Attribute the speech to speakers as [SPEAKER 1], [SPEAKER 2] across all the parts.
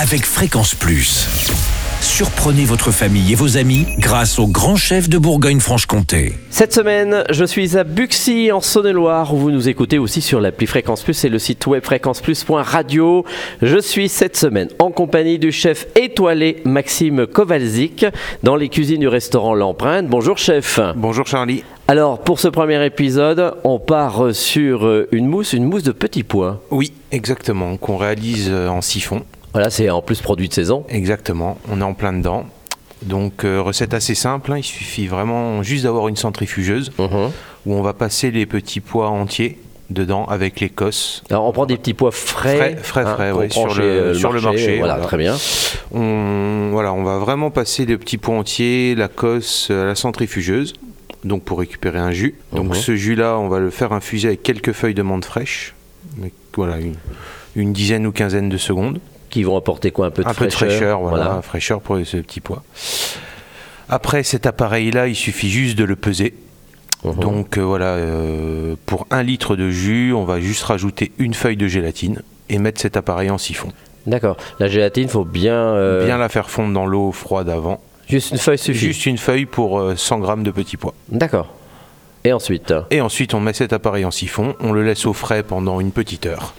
[SPEAKER 1] avec Fréquence Plus. Surprenez votre famille et vos amis grâce au grand chef de Bourgogne-Franche-Comté.
[SPEAKER 2] Cette semaine, je suis à Buxy en Saône-et-Loire où vous nous écoutez aussi sur l'appli Fréquence Plus et le site web fréquenceplus.radio. Je suis cette semaine en compagnie du chef étoilé Maxime Kowalczyk dans les cuisines du restaurant L'Empreinte. Bonjour chef.
[SPEAKER 3] Bonjour Charlie.
[SPEAKER 2] Alors pour ce premier épisode, on part sur euh, une mousse, une mousse de petits pois.
[SPEAKER 3] Oui, exactement, qu'on réalise euh, en siphon.
[SPEAKER 2] Voilà, c'est en plus produit de saison.
[SPEAKER 3] Exactement, on est en plein dedans. Donc euh, recette assez simple, hein, il suffit vraiment juste d'avoir une centrifugeuse
[SPEAKER 2] Mhm.
[SPEAKER 3] où on va passer les petits pois entiers dedans avec l'écosse.
[SPEAKER 2] Alors on prend des petits pois frais,
[SPEAKER 3] Frais, frais, frais,
[SPEAKER 2] qu'on
[SPEAKER 3] ouais,
[SPEAKER 2] prend
[SPEAKER 3] sur
[SPEAKER 2] chez,
[SPEAKER 3] le-
[SPEAKER 2] euh,
[SPEAKER 3] sur le marché,
[SPEAKER 2] Voilà,
[SPEAKER 3] voilà.
[SPEAKER 2] très bien.
[SPEAKER 3] On, voilà, on va vraiment passer les petits pois entiers, la cosse, euh, la centrifugeuse, donc pour récupérer un jus. Donc
[SPEAKER 2] Mhm.
[SPEAKER 3] ce jus-là, on va le faire infuser avec quelques feuilles de menthe fraîche, Mais voilà, une, une dizaine ou quinzaine de secondes.
[SPEAKER 2] Qui vont apporter quoi un peu de
[SPEAKER 3] un peu de
[SPEAKER 2] fraîcheur,
[SPEAKER 3] fraîcheur, voilà, fraîcheur pour ce petit pois. Après cet appareil-là, il suffit juste de le peser.
[SPEAKER 2] Mhm.
[SPEAKER 3] Donc euh, voilà, euh, pour un litre de jus, on va juste rajouter une feuille de gélatine et mettre cet appareil en siphon.
[SPEAKER 2] D'accord. La gélatine, faut bien. euh,
[SPEAKER 3] Bien la faire fondre dans l'eau froide avant.
[SPEAKER 2] Juste une feuille suffit.
[SPEAKER 3] Juste une feuille pour euh, 100 grammes de petits pois.
[SPEAKER 2] D'accord. Et ensuite hein.
[SPEAKER 3] Et ensuite, on met cet appareil en siphon, on le laisse au frais pendant une petite heure.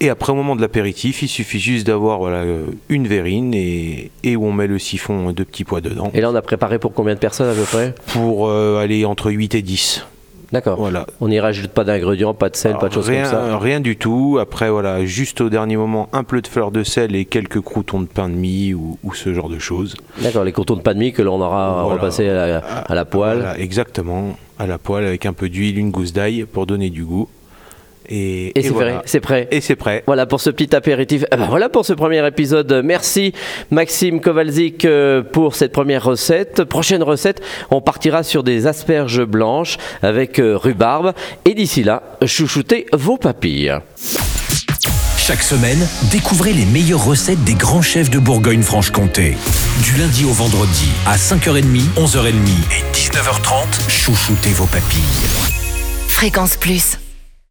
[SPEAKER 3] Et après, au moment de l'apéritif, il suffit juste d'avoir voilà, euh, une verrine et, et où on met le siphon de petits pois dedans.
[SPEAKER 2] Et là, on a préparé pour combien de personnes à peu près
[SPEAKER 3] pour euh, aller entre 8 et 10.
[SPEAKER 2] D'accord.
[SPEAKER 3] Voilà.
[SPEAKER 2] On n'y rajoute pas d'ingrédients, pas de sel, pas de choses
[SPEAKER 3] rien,
[SPEAKER 2] comme ça.
[SPEAKER 3] rien du tout. Après, voilà, juste au dernier moment, un peu de fleur de sel et quelques croutons de pain de mie ou, ou ce genre de choses.
[SPEAKER 2] D'accord, les contours de pan de mie que l'on aura
[SPEAKER 3] Voilà. Ah,
[SPEAKER 2] repassé à la, à la poêle.
[SPEAKER 3] Voilà, exactement. À la poêle avec un peu d'huile, une gousse d'ail pour donner du goût. Et,
[SPEAKER 2] Et,
[SPEAKER 3] et
[SPEAKER 2] c'est
[SPEAKER 3] voilà.
[SPEAKER 2] prêt, c'est prêt.
[SPEAKER 3] Et c'est prêt.
[SPEAKER 2] Voilà pour ce petit apéritif. Eh ben voilà pour ce premier épisode. Merci Maxime Kowalczyk euh, pour cette première recette. Prochaine recette, on partira sur des asperges blanches avec euh, rhubarbe. Et d'ici là, chouchoutez vos papilles.
[SPEAKER 1] Chaque semaine, découvrez les meilleures recettes des grands chefs de Bourgogne-Franche-Comté. Du lundi au vendredi, à 5h30, 11h30 et 19h30, chouchoutez vos papilles.
[SPEAKER 4] Fréquence Plus.